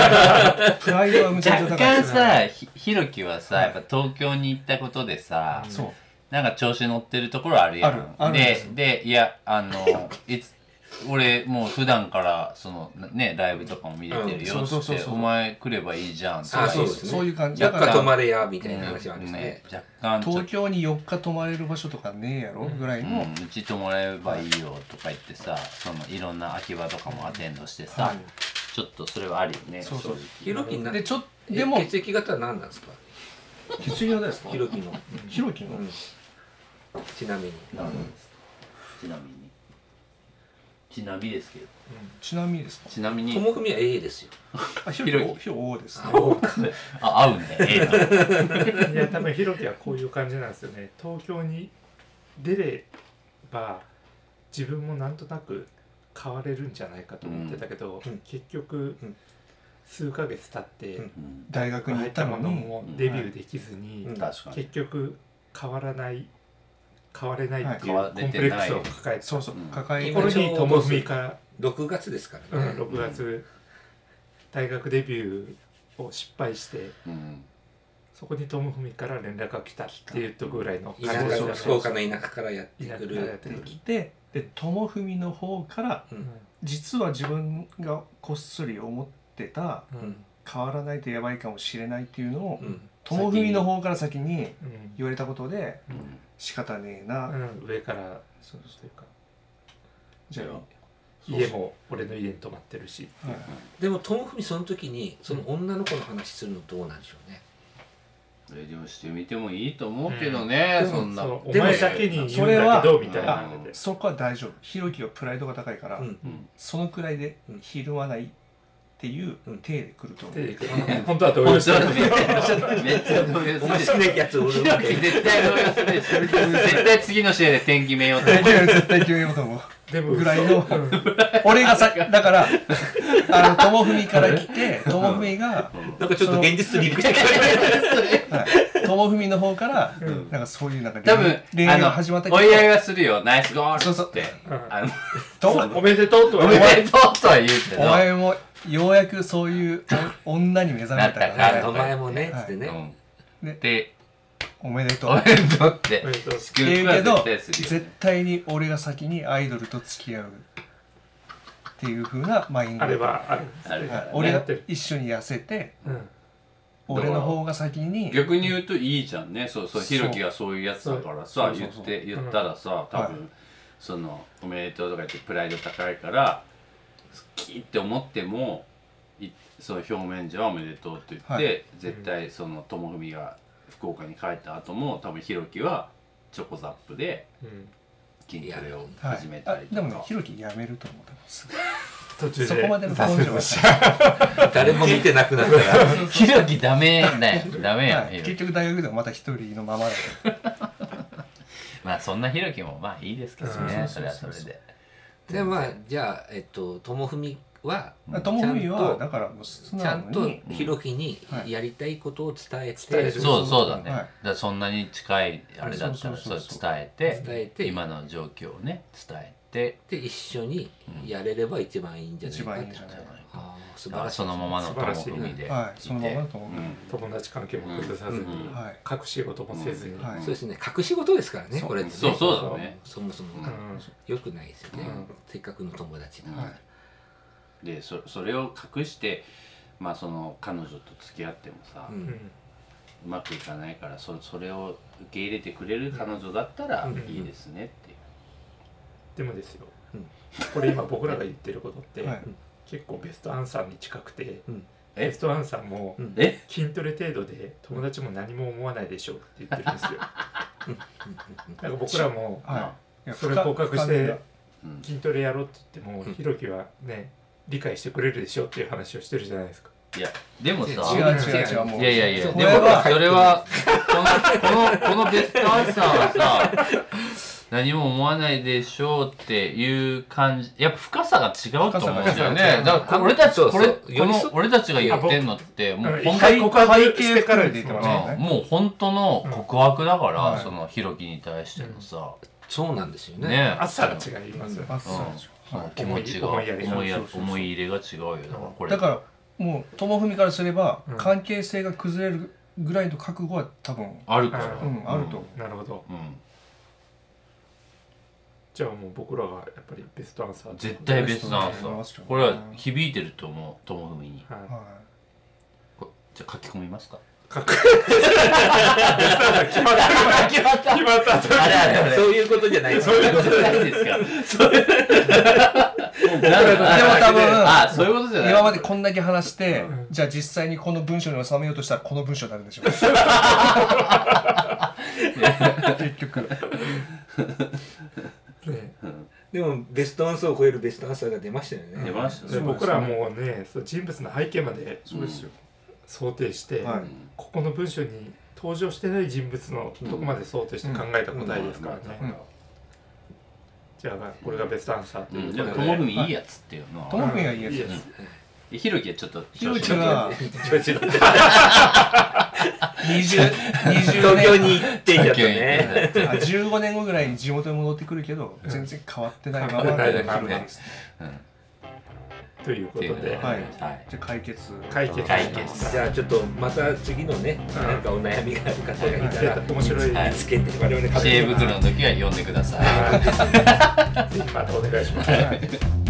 S7: プライドはむちゃくちゃ
S6: 若
S7: 高いで
S6: 干
S7: す
S6: さひひろきはさやっぱ東京に行ったことでさ、
S3: うん
S7: そう
S6: なんか調子乗ってるところあるやん
S7: あるあるんで
S6: ですでいやあの いつ俺もう普段からそのねライブとかも見れてるよ
S7: うん
S6: っつ
S7: そ
S6: っ
S7: うそうそう
S6: て
S7: そう
S6: お前来ればいいじゃんと
S5: あ
S6: か
S5: そ
S6: 言
S5: うで
S6: っ
S5: すね
S7: そういう感じだ
S5: やっ
S7: か
S5: から止まれやみ
S6: て
S5: たいな話はあるんですね
S6: うん若干ちょっ
S7: 東
S6: と
S7: 京に4日泊まれる場所とかねえやろぐらいの、
S6: うんうちともらえばいいよとか言ってさそのいろんな空き場とかもアテンドしてさ、
S7: はい
S6: ちょっとそれはあるよね
S7: そうそう
S5: ひろきな
S7: でちょっと
S5: で
S7: で
S5: も
S7: も
S5: 血液型は何なんですか
S7: 血流ですか
S5: ひろきの、
S7: ひろきの、
S5: うんちなみに
S6: 正直うんちなみにちなみにですけど
S7: ちなみにですか
S6: ちなみに
S5: 友文は A ですよ
S7: あひろきひろきですね
S6: あ合うんだよ A と
S3: いや多分ひろきはこういう感じなんですよね東京に出れば自分もなんとなく変われるんじゃないかと思ってたけど、
S5: うん
S3: 結局、
S5: うん
S3: 数ヶ月経って、
S5: うん
S6: うん
S7: 大学に行
S3: 入
S7: っ
S3: った
S7: たの
S3: もの
S7: に
S3: もデビューできずに、
S5: うん
S6: 確かに
S3: 結局変わらない変われないっていう
S6: は
S3: コ
S6: い
S3: ンプレックスを抱えて
S7: そうそう
S6: うん
S7: 抱え
S3: ところ
S7: 込
S3: に友文から
S5: 6月ですからね、
S3: 6月大学デビューを失敗して
S6: うん
S3: そこに友文から連絡が来たっていうとこぐらいの
S5: 田舎
S3: だったんです
S5: 福岡の田舎からやって
S3: 田
S5: く
S3: 舎からやっ
S5: る
S3: て
S7: ん
S3: く
S7: で
S3: る
S7: きてで友文の方から実は自分がこっそり思ってた
S3: うんうん
S7: 変わらないとやばいかもしれないっていうのを
S5: うん
S7: 友文の方から先に
S3: うん
S7: 言われたことで
S3: うん
S7: 仕方ねえな、
S3: うん上からそうそうというか
S7: じゃ
S6: そう
S3: 家も俺の家に泊まってるし
S7: あ、はい
S5: でも友文その時にその女の子の話するのどうなんでしょうね
S6: それでもしてみてもいいと思うけどね、
S3: でも
S6: そんな
S3: そうお
S6: でも
S3: 前だけに言
S7: そうれ
S3: んだ
S7: は
S3: けどみたいなので
S7: そこは大丈夫ひろきはプライドが高いから、
S5: うん
S7: そのくらいで
S5: うん
S7: ひるまないっていう
S5: うん
S7: 体で来ると思う、
S3: で本当は動
S6: 本
S3: 揺
S6: 当
S3: してる
S6: だ めっちゃめっちゃ動揺
S5: お前
S6: す
S5: 好き
S6: る
S5: なやつ俺
S6: ひ
S5: み
S6: ろ
S5: た
S6: き
S5: いな
S6: 絶対動揺するでしょ絶対次の試合で点決めようと思う
S7: 絶対決めようと思う
S3: でも
S7: ぐらいの
S3: 嘘うん
S7: 俺がさだからあの友文から来て友文が、
S5: なんかちょっと現実とリンクしてくれる
S7: はい、友文の方から、
S3: ん
S7: なんかそういうなんか
S6: 多
S7: 恋
S6: 分
S7: 愛恋
S6: あ
S7: 愛が始まったけ
S6: の
S7: ど
S6: お祝いはするよナイスゴールっつって
S7: そうそう
S3: うん
S6: あの
S7: と
S3: おめでとうと
S6: お
S3: は
S6: め
S3: 言わない
S6: でとうとは言うけ
S7: お
S6: ど
S7: 前もようやくそういうお女に目覚めたか
S6: なった
S7: ら、
S5: お
S6: か
S7: ね、
S5: 前もねつってね、
S6: うん
S7: ね
S6: で
S7: おめでと
S6: お
S7: う
S6: めでとうって
S3: おめでとう
S6: 祝
S7: 言
S6: 福
S7: う
S6: は
S7: けど
S6: 絶対するよね
S7: 絶対に俺が先にアイドルと付き合うっていう風なマインド
S3: あれはある
S6: あるから
S7: はい
S6: ね
S7: 俺が一緒に痩せて
S3: うん
S7: 俺の方が先に
S6: 逆に言うといいじゃんねそうそう
S7: そう
S6: ひろきがそういうやつだから
S7: そ
S6: さ
S7: うそ
S6: 言
S7: う
S6: っ
S7: そう
S6: て言ったらさ多
S7: は
S6: 分その「おめでとう」とか言ってプライド高いから好きって思ってもいその表面上は「おめでとう」って言って、
S7: は
S6: 絶対その友文が福岡に帰った後も多分ひろきはチョコザップで
S3: うん
S6: 筋トレを
S7: はい
S6: 始めたりとか、
S7: あでもねひろき辞めると思ってます
S3: 途中で
S7: そこまでの根性は
S5: 誰も見てなくなった ら
S6: ひろきダメだよダメよ、
S7: はい
S6: ひろき
S7: 結局大学でもまた一人のままだけ
S6: まあそんなひろきもまあいいですけどね、
S3: うん
S6: それはそれで
S5: でまあじゃあえっと友文は
S7: ら友文は
S5: ちゃ
S7: だ
S5: んと
S7: からもう素
S5: ちゃん
S7: 直
S5: と
S7: に
S5: ひろきに
S7: はい
S5: やりたいことを伝え
S3: 伝える
S5: て、
S6: そうそうだね、
S7: はい
S6: だからそんなに近いあれだったら
S7: そ
S6: そう
S7: そう
S6: う
S7: そうそ
S6: 伝
S7: う
S6: えて
S5: 伝えて
S6: 今の状況をね伝えて
S5: で一緒にやれれば一番いいんじゃない
S7: 一
S5: か
S7: 番い
S5: っ
S7: いん
S5: て
S7: じゃないか
S5: あー素
S6: だか
S5: 晴
S6: らら
S5: しい
S6: そのままの
S3: 素晴ら
S6: 友
S3: しい
S6: 組でいて、
S7: はいそのままの友文
S3: 友達関係も崩さずに、
S6: うん
S7: はい
S3: 隠し事もせずに、
S7: はい
S5: そうですね隠し事ですからねこれってね
S6: そうそうだね
S5: そもそもが
S3: うん
S5: 良くないですよね
S3: うん
S5: せっかくの友達なの
S7: はい
S5: に
S6: でそそれを隠してまあその彼女と付き合ってもさ、
S5: う
S6: うん
S3: うん
S6: まくいかないからそそれを受け入れてくれる彼女だったら
S5: うん
S6: いいですねっていう、
S3: でもですよ、
S5: うん
S3: これ今僕らが言ってることって、
S7: はい
S3: 結構ベストアンサーに近くて、
S5: うん
S6: え
S3: ベストアンサーも
S5: うん
S6: え
S3: 筋トレ程度で友達も何も思わないでしょうって言ってるんですよなんか僕らも
S7: はいい
S3: やそれ告白して
S6: うん
S3: 筋トレやろうって言っても、
S5: うん
S3: ひろきはね理解してくれるでしょっていう話をしてるじゃないですか
S6: いやでもさ
S7: 違う違う違うもう
S6: いやいやいや
S7: そ
S6: で
S7: こ
S6: も
S7: は
S6: それはこのこのこのベストアンサーはさ何も思わないでしょうっていう感じやっぱ深さが違うと思うんだよ
S7: 深さが違
S6: ね
S7: う
S6: だからこ俺たち
S5: そう
S6: こ
S5: そう
S6: れこ
S5: 寄り添
S6: の
S5: っ
S6: 俺たちが言ってんのっても
S3: あ
S6: う
S3: の
S6: 本当
S3: 一回
S6: に
S3: 告白
S7: 背景
S3: してからです
S7: 含
S3: も
S7: めて
S3: んね
S7: ね
S6: うんもう本当の告白だから、
S7: うん
S6: そのひろきに対してのさ、
S5: そうなんですよ
S6: ね
S5: ね
S3: 暑さが違いますよね、
S7: あそうなんですよ
S6: そ
S7: は
S6: の
S7: い
S6: 気持ちが
S3: 思
S6: 思
S3: いやり
S6: い
S3: が
S6: や
S7: そうそうそう
S6: 思い入れが違うよだからこれ
S7: だからもう友文からすれば
S3: うん
S7: 関係性が崩れるぐらいの覚悟は多分
S6: あるから、
S7: うんあると
S3: なるほど
S6: うん
S3: じゃあもう僕らがやっぱりベストアンサー
S6: 絶対別なんです
S7: そう
S6: よ
S7: ですよね
S6: これは響いてると思う友文に
S3: はい
S7: は
S6: こじゃあ書き込みますか
S3: かっこいいベストアンサー決まった
S6: 決まった
S3: 決まった
S6: あれあれあれ
S5: そういうことじゃないです
S6: そういうことじゃないですかそういうなんか
S7: でも多分
S6: あそういうことじゃない
S7: 今までこんだけ話して
S3: うん
S7: じゃあ実際にこの文章に収めようとしたらこの文章になるんでしょう結局
S3: ね
S5: でもベストアンサーを超えるベストアンサーが出ましたよね
S6: 出ました
S3: で
S6: ね
S3: 僕らもうねそう人物の背景まで
S6: そうですよ
S3: 想定して、
S7: はい
S3: ここの文章に登場してない人物のとこまで想定して考えた答えですからね、
S7: うんうん
S3: じゃあこれがベストアンサーと
S6: う
S3: い
S6: ん
S3: う
S6: じ
S3: こ
S6: ゃあ
S3: とで、
S6: 友文いいやつっていうのは
S7: 友文はいいや
S3: いい
S7: つ
S3: で
S6: うん
S3: す
S6: でひろきはちょっと
S7: ひろきは
S5: 調 子乗って
S7: 20 20
S5: 東京
S7: 年
S5: に行っていたとね
S6: ね
S7: あ15年後ぐらいに地元に戻ってくるけど全然変わってないまま
S3: 変わってない
S7: の広がですね
S3: ということで、
S7: はい
S6: はい
S7: じゃあ解決
S3: 解決
S6: 解決
S5: じゃあちょっとまた次のねなんかお悩みがある方がいたら
S3: 面白い、
S6: はい
S5: つけて我々
S6: 知恵袋の時は読んでください
S3: ぜひまたお願いします
S7: はい